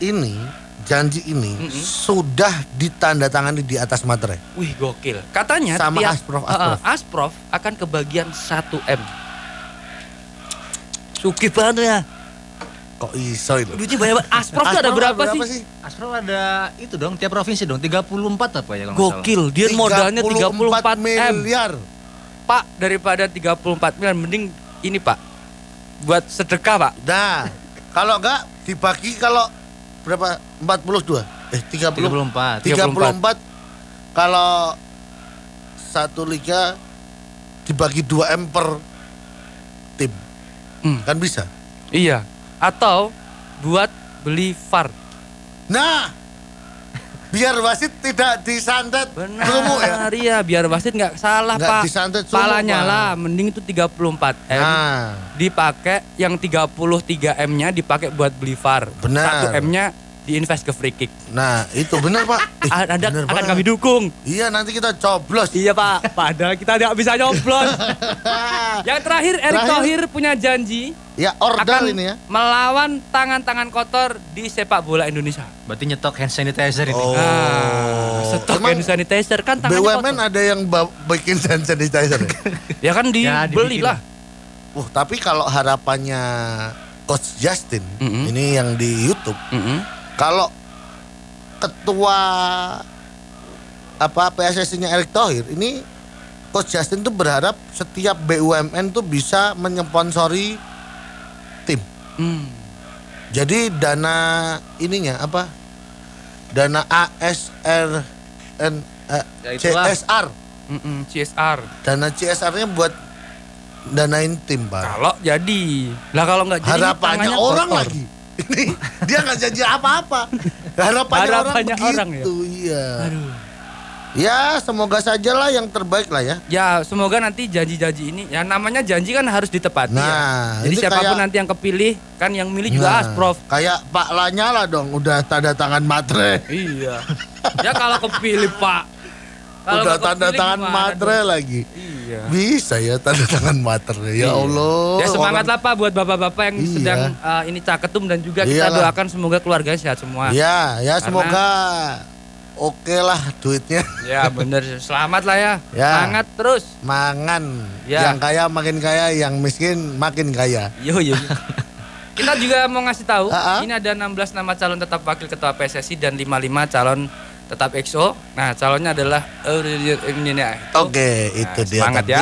Ini janji ini sudah ditandatangani di atas materai. Wih gokil. Katanya Sama tiap- Asprof, Eh, eh, Asprof. Asprof akan kebagian 1M. Sugih banget ya. Kok iso itu? Duitnya banyak banget. Asprof tuh ada Asprof berapa, sih? Astro ada itu dong tiap provinsi dong 34 apa ya kalau nggak salah. Gokil, dia modalnya 34 M. miliar. Pak, daripada 34 miliar mending ini, Pak. Buat sedekah, Pak. Nah, kalau enggak dibagi kalau berapa? 42. Eh, 30. 34. 34. Kalau satu liga dibagi 2 M per tim. Hmm. Kan bisa. Iya. Atau buat beli VAR. Nah, biar wasit tidak disantet Benar. Sumu ya. Iya, biar wasit nggak salah, Nggak Pak. disantet sumu, Pala Pak. nyala, mending itu 34 M. Nah, Dipakai yang 33 M-nya dipakai buat beli VAR. Benar. 1 M-nya diinvest ke free kick. nah itu benar Pak. Eh, A- Anda akan benar banget. kami dukung. Iya nanti kita coblos. Iya, Pak. Padahal kita nggak bisa nyoblos. yang terakhir Erick Terakhir. Thohir punya janji Ya order akan ini ya. melawan tangan-tangan kotor di sepak bola Indonesia. Berarti nyetok hand sanitizer ini. Oh. Ah, stok Emang hand sanitizer kan tangannya BUMN kotor. ada yang ba- bikin hand sanitizer ya? Ya kan Ya, dibeli dibikin lah. Wah, tapi kalau harapannya Coach Justin Mm-mm. ini yang di YouTube, Mm-mm. kalau ketua apa PSSI-nya Erick Thohir ini Coach Justin tuh berharap setiap BUMN tuh bisa menyponsori tim. Hmm. Jadi dana ininya apa? Dana ASR N eh, Ya, itulah. CSR. Mm-mm, CSR. Dana CSR-nya buat danain tim, Pak. Kalau jadi. Lah kalau nggak jadi harapannya tangannya orang kotor. lagi ini dia nggak janji apa-apa harapannya, Harapannya orang, orang begitu iya ya semoga sajalah yang terbaik lah ya Ya semoga nanti janji-janji ini ya namanya janji kan harus ditepati Nah, ya. Jadi ini siapapun kayak- nanti yang kepilih kan yang milih juga Nah, Asprof. kayak Pak Lanyala dong udah tanda tangan matre Iya. ya kalau kepilih Pak. Kalau udah nggak tanda kepilih tangan gimana matre dong? lagi Iya. bisa ya tanda tangan matre ya Allah Ya orang- semangatlah Pak buat bapak-bapak yang Iya. sedang eh, ini caketum dan juga kita Iyalah. doakan semoga keluarganya sehat semua. ya ya semoga oke lah duitnya Ya bener, selamat lah ya. Ya. Semangat terus. mangan Ya. yang kaya makin kaya yang miskin makin kaya Yo yo. yo. Kita juga mau ngasih tahu, Ha-ha. ini ada 16 nama calon tetap wakil ketua PSSI dan 55 calon tetap EXO. Nah, calonnya adalah ini nih. Oke, Nah, itu dia semangat tadi. ya.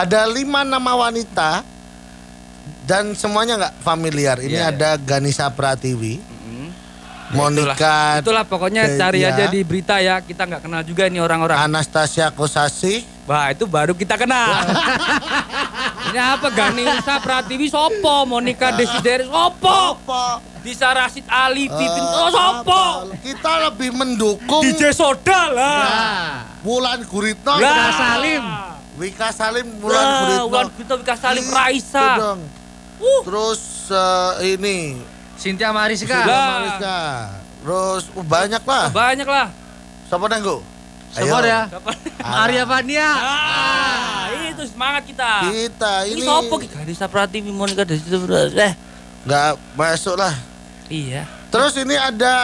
Ada lima nama wanita dan semuanya nggak familiar. Ini Iya, Ya, ada Ganisa Pratiwi, Monica Itulah pokoknya Iya. cari aja di berita ya. Kita nggak kenal juga ini orang-orang. Anastasia Kosasi, Wah, itu baru kita kenal. ini apa Ganesha Pratiwi sopo, Monica Desideri sopo, Disa Rasid Ali Pipin oh, sopo. Eh, Kita lebih mendukung DJ Soda lah. Ah. Wulan Guritno, Lah. Wika Salim, Wulan Wah, Guritno, Wulan Guritno, Wika Salim, Itu Raisa. dong. Uh. Terus eh, ini Cynthia Mariska. Sudah. Mariska. Terus uh, banyak lah. Banyak lah. Siapa nenggo? Semua Ayo. ya. Arya Ah, Fania. itu semangat kita. Kita Ah. Ini gitu. ini sopo ki Ganesha Pratiwi Monica Desideri. Sopo. Eh, nggak masuk lah. iya. Terus ini ada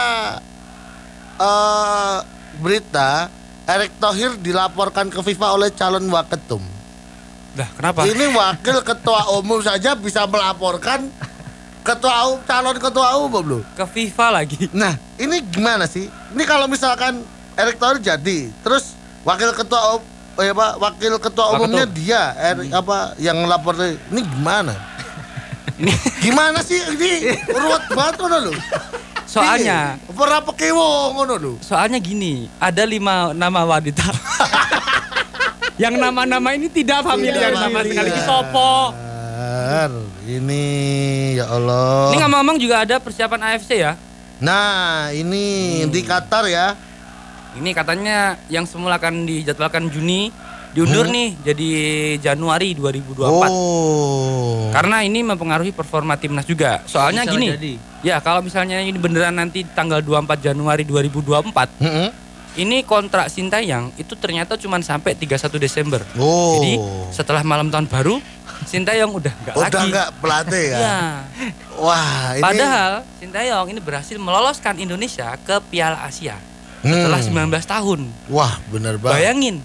eh berita Erick Thohir dilaporkan ke FIFA oleh calon waketum. Lah, kenapa? Ini wakil ketua umum saja bisa melaporkan ketua umum, calon ketua umum loh. Ke FIFA lagi. Nah, ini gimana sih? Ini kalau misalkan Erick Thohir jadi, terus wakil ketua umum eh apa, wakil ketua umumnya Waketum. dia Erick apa yang lapor ini gimana? Ini Gimana sih ini? Ruwet banget ngono lho. soalnya Iya, Ora pekewo ngono lho. soalnya gini, ada lima nama wanita. yang nama-nama ini tidak familiar Tidak sama sekali. Ini familiar. Oh. sopo. Benar. Ini ya Allah. Ini ngomong-ngomong juga ada persiapan AFC ya. Nah, ini Hmm. di Qatar ya. Ini katanya yang semula akan dijadwalkan Juni diundur Hmm. nih jadi Januari 2024. Oh. Karena ini mempengaruhi performa timnas juga. Soalnya Bisa gini. jadi. Ya, kalau misalnya ini beneran nanti tanggal 24 Januari 2024, Mm-mm. ini kontrak Sintayang itu ternyata cuma sampai 31 Desember. Oh. Jadi setelah malam tahun baru Sintayong udah nggak Udah lagi. nggak pelatih ya. Ya. Wah, ini Padahal Sintayong ini berhasil meloloskan Indonesia ke Piala Asia setelah Hmm. 19 tahun. Wah, bener banget. Bayangin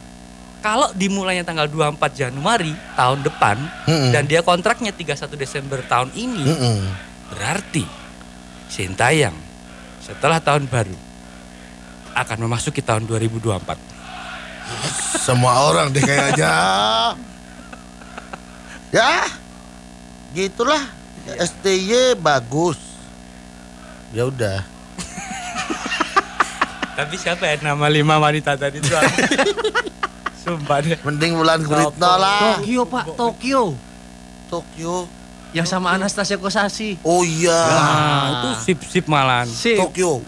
kalau dimulainya tanggal 24 Januari tahun depan Mm-mm. dan dia kontraknya 31 Desember tahun ini, Mm-mm. berarti Sintayong setelah tahun baru akan memasuki tahun 2024. Semua orang deh kayaknya. ya. Gitulah. STY bagus. Ya udah. Tapi siapa ya nama lima wanita tadi itu? Sumpah deh. Mending bulan Guritno lah. Tokyo Pak, Tokyo. Tokyo. Yang sama Anastasia Kosasi. Oh iya. Nah, itu sip-sip malahan. Sip. Tokyo.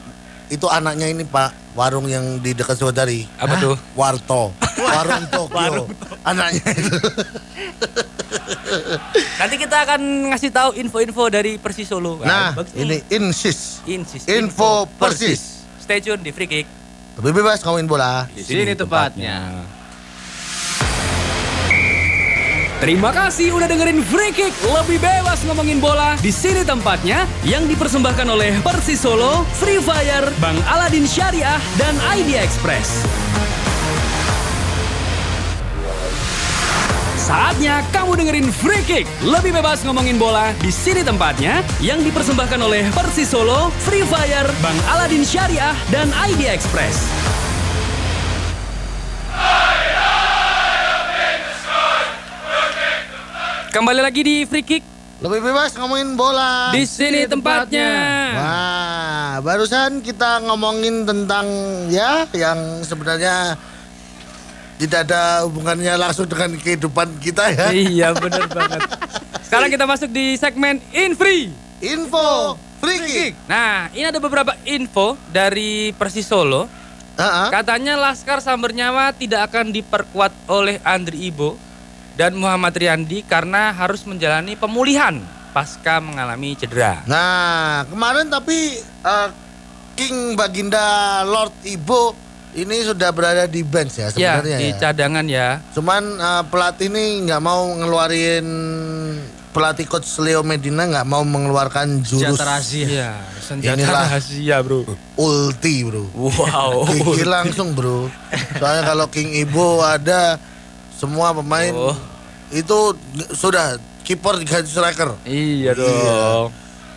Itu anaknya ini Pak, warung yang di dekat Saudari. Apa tuh? Warto. Warung Tokyo. Anaknya itu. Nanti kita akan ngasih tahu info-info dari Persis Solo. Nah, bagus nih. ini Insis. Insis, Info Persis. Stay tune di Free Kick. Lebih bebas ngomongin bola. Di sini tempatnya. Terima kasih udah dengerin Free Kick lebih bebas ngomongin bola di sini tempatnya yang dipersembahkan oleh Persis Solo, Free Fire, Bang Aladin Syariah dan Idea Express. Saatnya kamu dengerin Free Kick lebih bebas ngomongin bola di sini tempatnya yang dipersembahkan oleh Persis Solo, Free Fire, Bang Aladin Syariah dan Idea Express. Kembali lagi di Free Kick. Lebih bebas ngomongin bola. Di sini tempatnya. Wah, barusan kita ngomongin tentang ya yang sebenarnya tidak ada hubungannya langsung dengan kehidupan kita ya. iya, bener banget. Sekarang kita masuk di segmen In Free. Info free kick. Nah, ini ada beberapa info dari Persis Solo. Ah, ah. Katanya Laskar Sambernyawa tidak akan diperkuat oleh Andri Ibo dan Muhammad Riyandi karena harus menjalani pemulihan pasca mengalami cedera. Nah, kemarin tapi eh, King Baginda Lord Ibo ini sudah berada di bench ya Ya, sebenarnya. di ya. cadangan ya. Cuman eh, pelatih ini nggak mau ngeluarin pelatih coach Leo Medina nggak mau mengeluarkan jurus Senjata rahasia. Iya, senjata Inilah. rahasia, Bro. ulti, Bro. Wow. Gigi langsung bro. Soalnya kalau King Ibo ada semua pemain Oh. itu sudah kiper diganti striker. iya dong.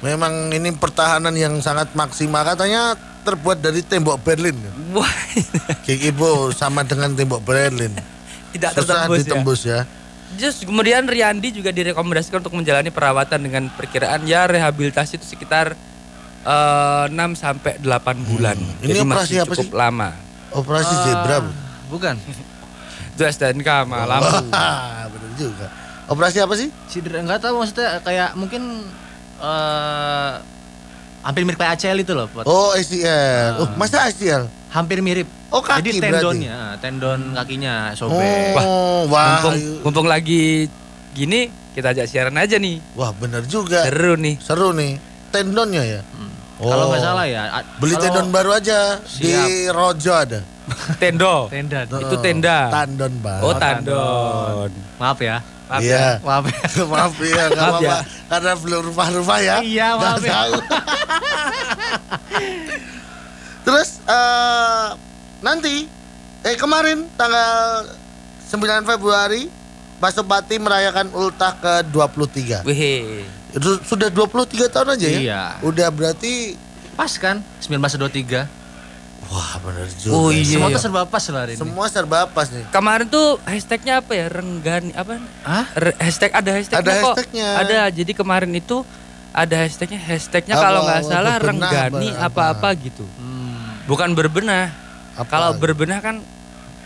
Memang ini pertahanan yang sangat maksimal katanya terbuat dari tembok Berlin. Wah. King Ibo sama dengan tembok Berlin. tidak Susah tertembus ya. ditembus ya. Just kemudian Riyandi juga direkomendasikan untuk menjalani perawatan dengan perkiraan ya rehabilitasi itu sekitar eh, 6 sampai 8 bulan. Hmm. Ini Jadi operasi masih apa cukup sih? lama. Operasi Ah. zebra. Bro. Bukan. Itu STNK malam. Wah, Ah, bener juga. Operasi apa sih? Cedera enggak tahu maksudnya kayak mungkin eh hampir mirip kayak ACL itu loh, Pot. Oh, ACL. Oh, masa ACL? Hampir mirip. Oh, kaki berarti. Jadi Hmm. tendonnya, ah, tendon kakinya sobek. Oh, wah. Mumpung, mumpung lagi gini kita ajak siaran aja nih. Wah, bener juga. Seru nih. Seru nih. Tendonnya ya? Hmm. Kalau Oh. nggak salah ya. a- Beli kalau- tendon baru aja di Rojo ada. Tendo. tendon. Nah. Itu Ah. tenda. Tandon baru. Oh, tandon. Maaf ya. Maaf Iya. Maaf ya. Maaf ya, nggak Maaf apa-apa. ya. Karena belum rumah-rumah ya. Iya, Nggak maaf ya. tahu. Terus eh, nanti eh kemarin tanggal 9 Februari Pasopati merayakan ultah ke-23. Wih. Itu sudah 23 tahun aja ya. Iya. Udah berarti Pas kan 1923. Wah bener juga. Oh, iya. Semua tuh serba pas lah hari ini. Semua serba pas nih. Kemarin tuh hashtagnya apa ya? Renggani apa? Hah? Re- hashtag ada hashtagnya Ada kok. hashtagnya. Ada. Jadi kemarin itu ada hashtagnya. Hashtagnya Apa, kalau nggak salah berbenah, Renggani apa, apa-apa gitu. Hmm. Bukan berbenah. Apa? Kalau berbenah kan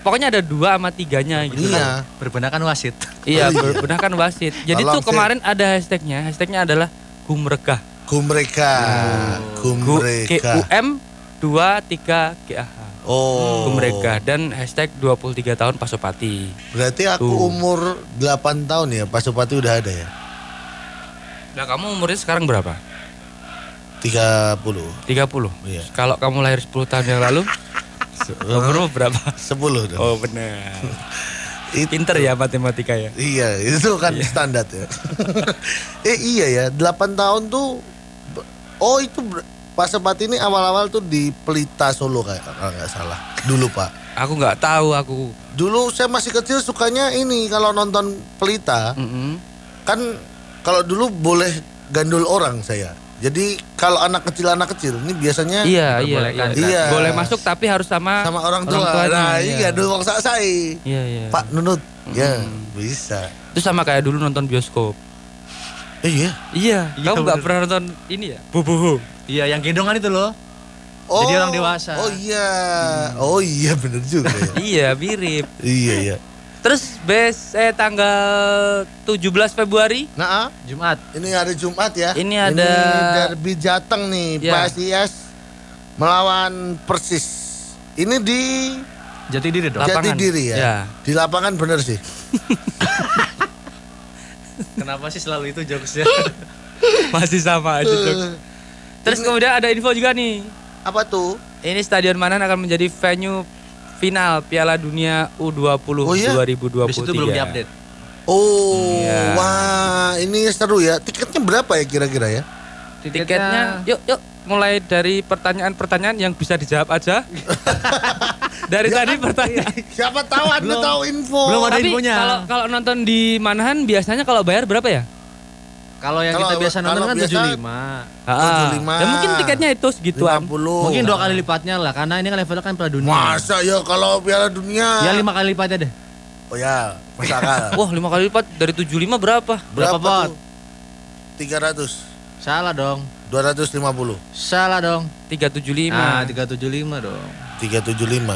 pokoknya ada dua sama tiganya gitu. kan. Iya. Oh, Berbenarkan wasit. Iya, berbenah kan wasit. Jadi tuh Tolong, Sid. kemarin ada hashtagnya. Hashtagnya adalah gumregah. Gumreka. Gu G Gumreka. U M 23 G A H. Oh. Gumregah dan hashtag 23 tahun Pasopati. Berarti aku Tuh. umur 8 tahun ya, Pak Supati udah ada ya? Nah, kamu umurnya sekarang berapa? 30. 30. Iya. Kalau kamu lahir 10 tahun yang lalu, umurmu berapa? 10 dong. Oh, benar. Itu- Pinter ya matematika ya. Iya, itu kan standar ya. eh iya ya, 8 tahun tuh b- Oh, itu ber- Pak Supati ini awal-awal tuh di Pelita Solo kayak kalau nggak salah. Dulu, Pak. Aku nggak tahu aku. Dulu saya masih kecil sukanya ini kalau nonton Pelita. Mm-mm. kan kalau dulu boleh gandul orang saya. Jadi kalau anak kecil anak kecil ini biasanya Iya, iya, iya, diperbolehkan, kan? Boleh masuk tapi harus sama sama orang tua. tuanya, nah, ini iya. gandul wong saksai. Iya, iya. Pak Nunut. Ya, bisa. Itu sama kayak dulu nonton bioskop. Eh, iya. Iya, Iya, kamu nggak bener. pernah nonton ini ya? Bubuhu. Iya, yang gendongan itu loh. Jadi orang dewasa. Oh iya. Oh iya bener juga. ya. iya, mirip. iya iya. Terus bes eh tanggal 17 Februari Nah, ah, Jumat. ini hari Jumat ya. Ini ada- derby Jateng nih, Iya. PSIS melawan Persis. Ini di Jati diri dong. Lapangan. Jati Diri ya. Iya. Di lapangan bener sih. Kenapa sih selalu itu jokesnya? masih sama aja. Dok. Eh, Terus kemudian ada info juga nih. apa tuh? Ini Stadion Manan akan menjadi venue final Piala Dunia U20 Oh iya? 2023. Habis itu belum diupdate. Oh, Iya. wah ini seru ya. Tiketnya berapa ya kira-kira ya? Tiketnya yuk yuk mulai dari pertanyaan-pertanyaan yang bisa dijawab aja. dari Iya tadi pertanyaan. Siapa tahu Anda tahu info. belum kan? ada Tapi infonya. kalau kalau nonton di Manahan biasanya kalau bayar berapa ya? Kalau yang Kalau- kita biasa nonton kalau kan biasa- 75. Ah, 75. Ya mungkin tiketnya itu segituan. 50. Mungkin dua kali lipatnya lah karena ini kan levelnya kan Piala Dunia. Oh. Masa ya kalau Piala Dunia? Ya lima kali lipatnya deh. Oh ya, masa akal. Wah, lima kali lipat dari 75 berapa? berapa berapa tuh? pot? 300. Salah dong. 250. Salah dong. 375. Nah, 375 dong.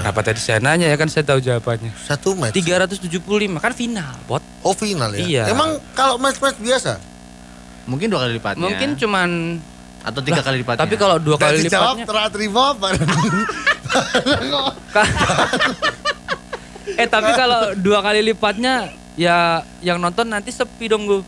375. Kenapa tadi saya nanya ya kan saya tahu jawabannya. Satu match. 375 kan final, bot. Oh final ya. Iya. Emang kalau match-match biasa? Mungkin dua kali lipatnya. Mungkin cuman atau tiga kali lipatnya. tapi kalau dua Dan kali dijawab lipatnya terat rival eh tapi kalau dua kali lipatnya ya yang nonton nanti sepi dong gue.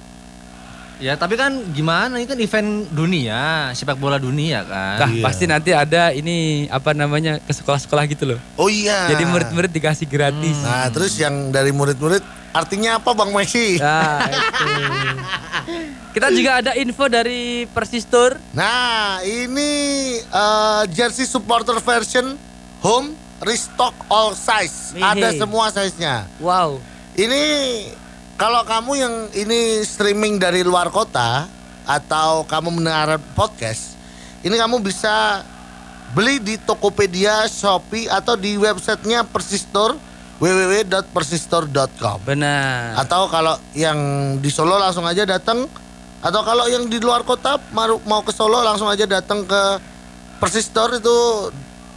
ya tapi kan gimana ini kan event dunia, sepak bola dunia kan. Nah, Iya. pasti nanti ada ini apa namanya ke sekolah-sekolah gitu loh. Oh iya. Jadi murid-murid dikasih gratis. Hmm. Nah, terus yang dari murid-murid artinya apa Bang Messi? Nah, itu. Kita juga ada info dari Persis Tour. Nah, ini eh, jersey supporter version home restock all size. Wih. Ada semua size-nya. Wow. Ini kalau kamu yang ini streaming dari luar kota atau kamu mendengar podcast, ini kamu bisa beli di Tokopedia, Shopee atau di websitenya Persistor www.persistor.com. Benar. Atau kalau yang di Solo langsung aja datang atau kalau yang di luar kota maru- mau ke Solo langsung aja datang ke Persistor itu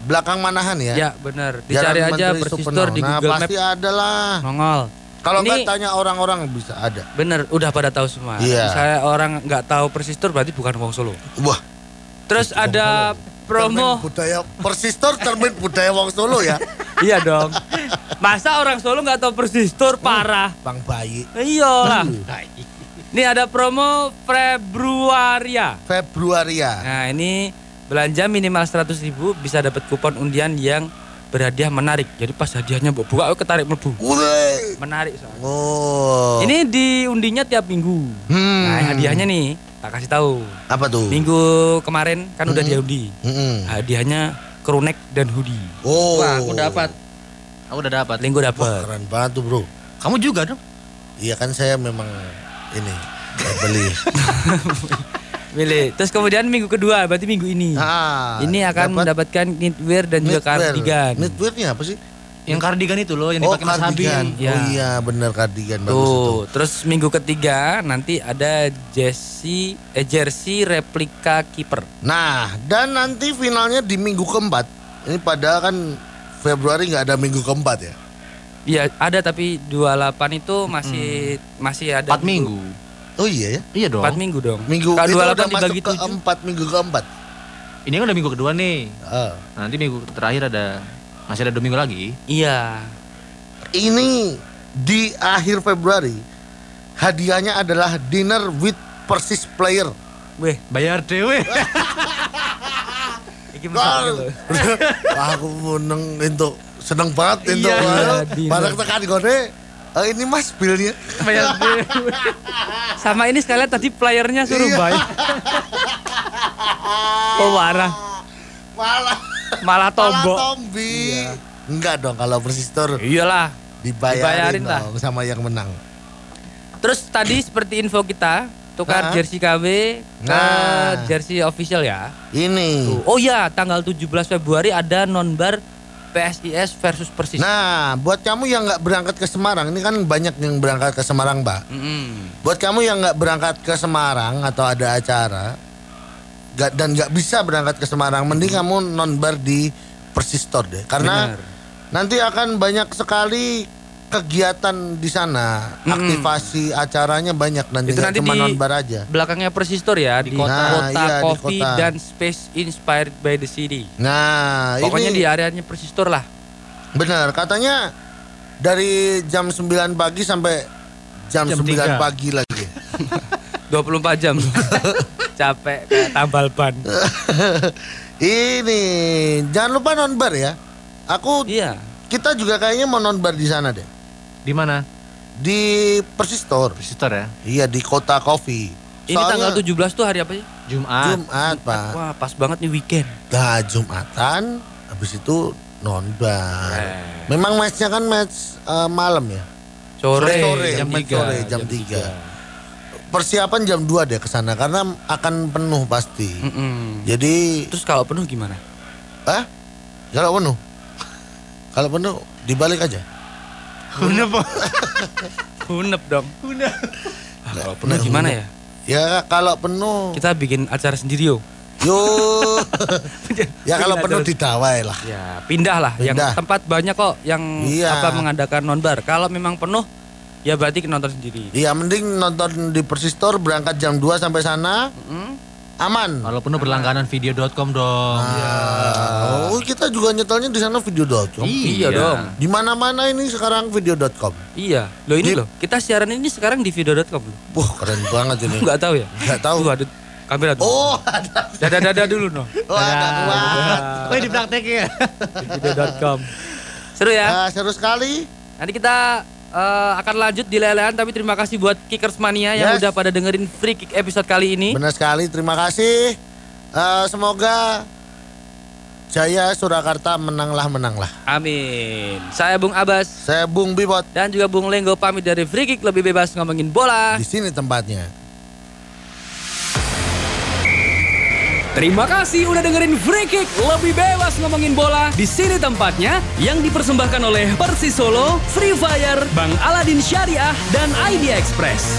belakang manahan ya. Ya, benar. Jalan Dicari aja Menteri Persis Supeno. Tour di nah, Google pasti Maps. ada lah. Nongol. Kalau Ini- nggak tanya orang-orang bisa ada. Bener, udah pada tahu semua. Iya. Saya orang nggak tahu Persis Tour berarti bukan Wong Solo. Wah, Terus ada termin promo. budaya persistor termin budaya Wong Solo ya. iya dong. Masa orang Solo nggak tahu Persis Tour parah. Bang Bayi Iyalah. Ini ada promo Februaria. Februaria. Nah, ini belanja minimal 100.000 bisa dapat kupon undian yang berhadiah menarik. Jadi pas hadiahnya mbok buka aku ketarik mlebu. Wih. Menarik soalnya. Oh. Ini diundinya tiap minggu. Hmm. Nah, hadiahnya nih tak kasih tahu. apa tuh? Minggu kemarin kan udah diundi. Mm-mm. Hmm. Hadiahnya kerunek dan hoodie. Oh. Wah, aku dapat. Aku udah dapat. Paling gue Wah, dapet. keren banget tuh, Bro. Kamu juga dong. Iya kan saya memang ini eh, beli. Milih. Terus kemudian minggu kedua, berarti minggu ini. Ah, ini akan dapat mendapatkan knitwear dan juga knitwear. kardigan. Knitwearnya apa sih? Yang kardigan itu loh, yang oh dipakai Mas Habib. kardigan. Ya. Oh iya benar kardigan bagus itu. Tuh, terus minggu ketiga nanti ada jersey eh jersey replika kiper. Nah dan nanti finalnya di minggu keempat. Ini padahal kan Februari nggak ada minggu keempat ya. Iya, ada tapi 28 itu masih Hmm. masih ada 4 minggu. Oh iya ya. Iya dong. 4 minggu dong. Minggu Kalau 28 itu udah masuk dibagi ke 7. empat minggu keempat. Ini kan udah minggu kedua nih. Ah. Nanti minggu terakhir ada masih ada dua minggu lagi. Iya. Ini di akhir Februari hadiahnya adalah dinner with Persis player. Weh, Bayar dewe. iki masalah gitu. Wah, aku meneng itu seneng banget itu. Iya, Wah, dinner. Barang tekan gone. "Eh, ini mas bilnya. Bayar dewe. Sama ini sekalian tadi playernya suruh Iya. bayar. oh, marah. Malah Malah malah tombok. tombi. Enggak dong kalau persistor Iyalah. dibayarin, Dibayarin lah. dong sama yang menang. Terus tadi seperti info kita tukar Nah. jersey KW ke Nah. jersey official ya. Ini. Oh iya, tanggal 17 Februari ada nonbar PSIS versus Persis. Nah, buat kamu yang nggak berangkat ke Semarang, ini kan banyak yang berangkat ke Semarang, Mbak. Mm-mm. Buat kamu yang nggak berangkat ke Semarang atau ada acara nggak dan nggak bisa berangkat ke Semarang, mending kamu nonbar di Persis Store deh, karena Mm-hmm. Benar. nanti akan banyak sekali kegiatan di sana, aktivasi acaranya banyak Itu nanti, nggak nanti cuma di nonbar aja. Belakangnya Persis Store ya di, kota. kota, Nah, iya, di kopi kota. dan space inspired by the city. Nah, Pokoknya ini di areanya Persis Store lah. benar katanya dari jam 9 pagi sampai jam, Jam 9 3. pagi lagi. 24 jam. Capek kayak tambal ban. Nah. ini jangan lupa nonbar ya. Aku iya. kita juga kayaknya mau nonbar di sana deh. Di mana? Di Persis Store. Visitor ya. Iya di Kota Coffee. Ini tanggal 17 tuh hari apa sih? Jumat. Jumat, Pak. Wah, pas banget nih weekend. Nah, Jumatan habis itu nonbar. Eh. Memang matchnya kan match eh, malam ya. Sore, jam jam match 3. sore jam 3. Persiapan jam 2 deh ke sana karena akan penuh pasti. Mm-mm. Jadi Terus kalau penuh gimana? ah kalau penuh. Kalau penuh dibalik aja. Hunep dong. Ah, kalau penuh gimana ya? Ya kalau penuh Kita bikin acara sendiri yo. yo ya kalau Bikin penuh acara- ditawai lah. Ya, pindah lah. Yang Pindah. tempat banyak kok yang Iya. apa mengadakan nonbar. Kalau memang penuh, ya berarti nonton sendiri. Iya mending nonton di Persis Store berangkat jam 2 sampai sana aman. Kalau penuh berlangganan video.com dong. Ah, oh, kita juga nyetelnya di sana video.com. Iya dong. Di mana-mana ini sekarang video.com. Iya. Loh ini loh, kita siaran ini sekarang di video.com. loh. Wah, keren banget ini. Nggak tahu ya? Nggak tahu. Tuh ada kamera tuh. Oh, ada. Dada-dada dulu noh. Oh, ada. Wah. Wah, di praktekin ya. Di video.com. Seru ya. Ah, seru sekali. Nanti kita eh, akan lanjut di lelehan tapi terima kasih buat Kickers Mania yang Yes. udah pada dengerin free kick episode kali ini. Benar sekali. Terima kasih. Eh, semoga Jaya Surakarta menanglah menanglah. Amin. Saya Bung Abbas Saya Bung Bibot dan juga Bung Lenggo pamit dari Free Kick lebih bebas ngomongin bola. di sini tempatnya. Terima kasih udah dengerin Free Kick lebih bebas ngomongin bola. Di sini tempatnya yang dipersembahkan oleh Persis Solo, Free Fire, Bang Aladin Syariah dan ID Express.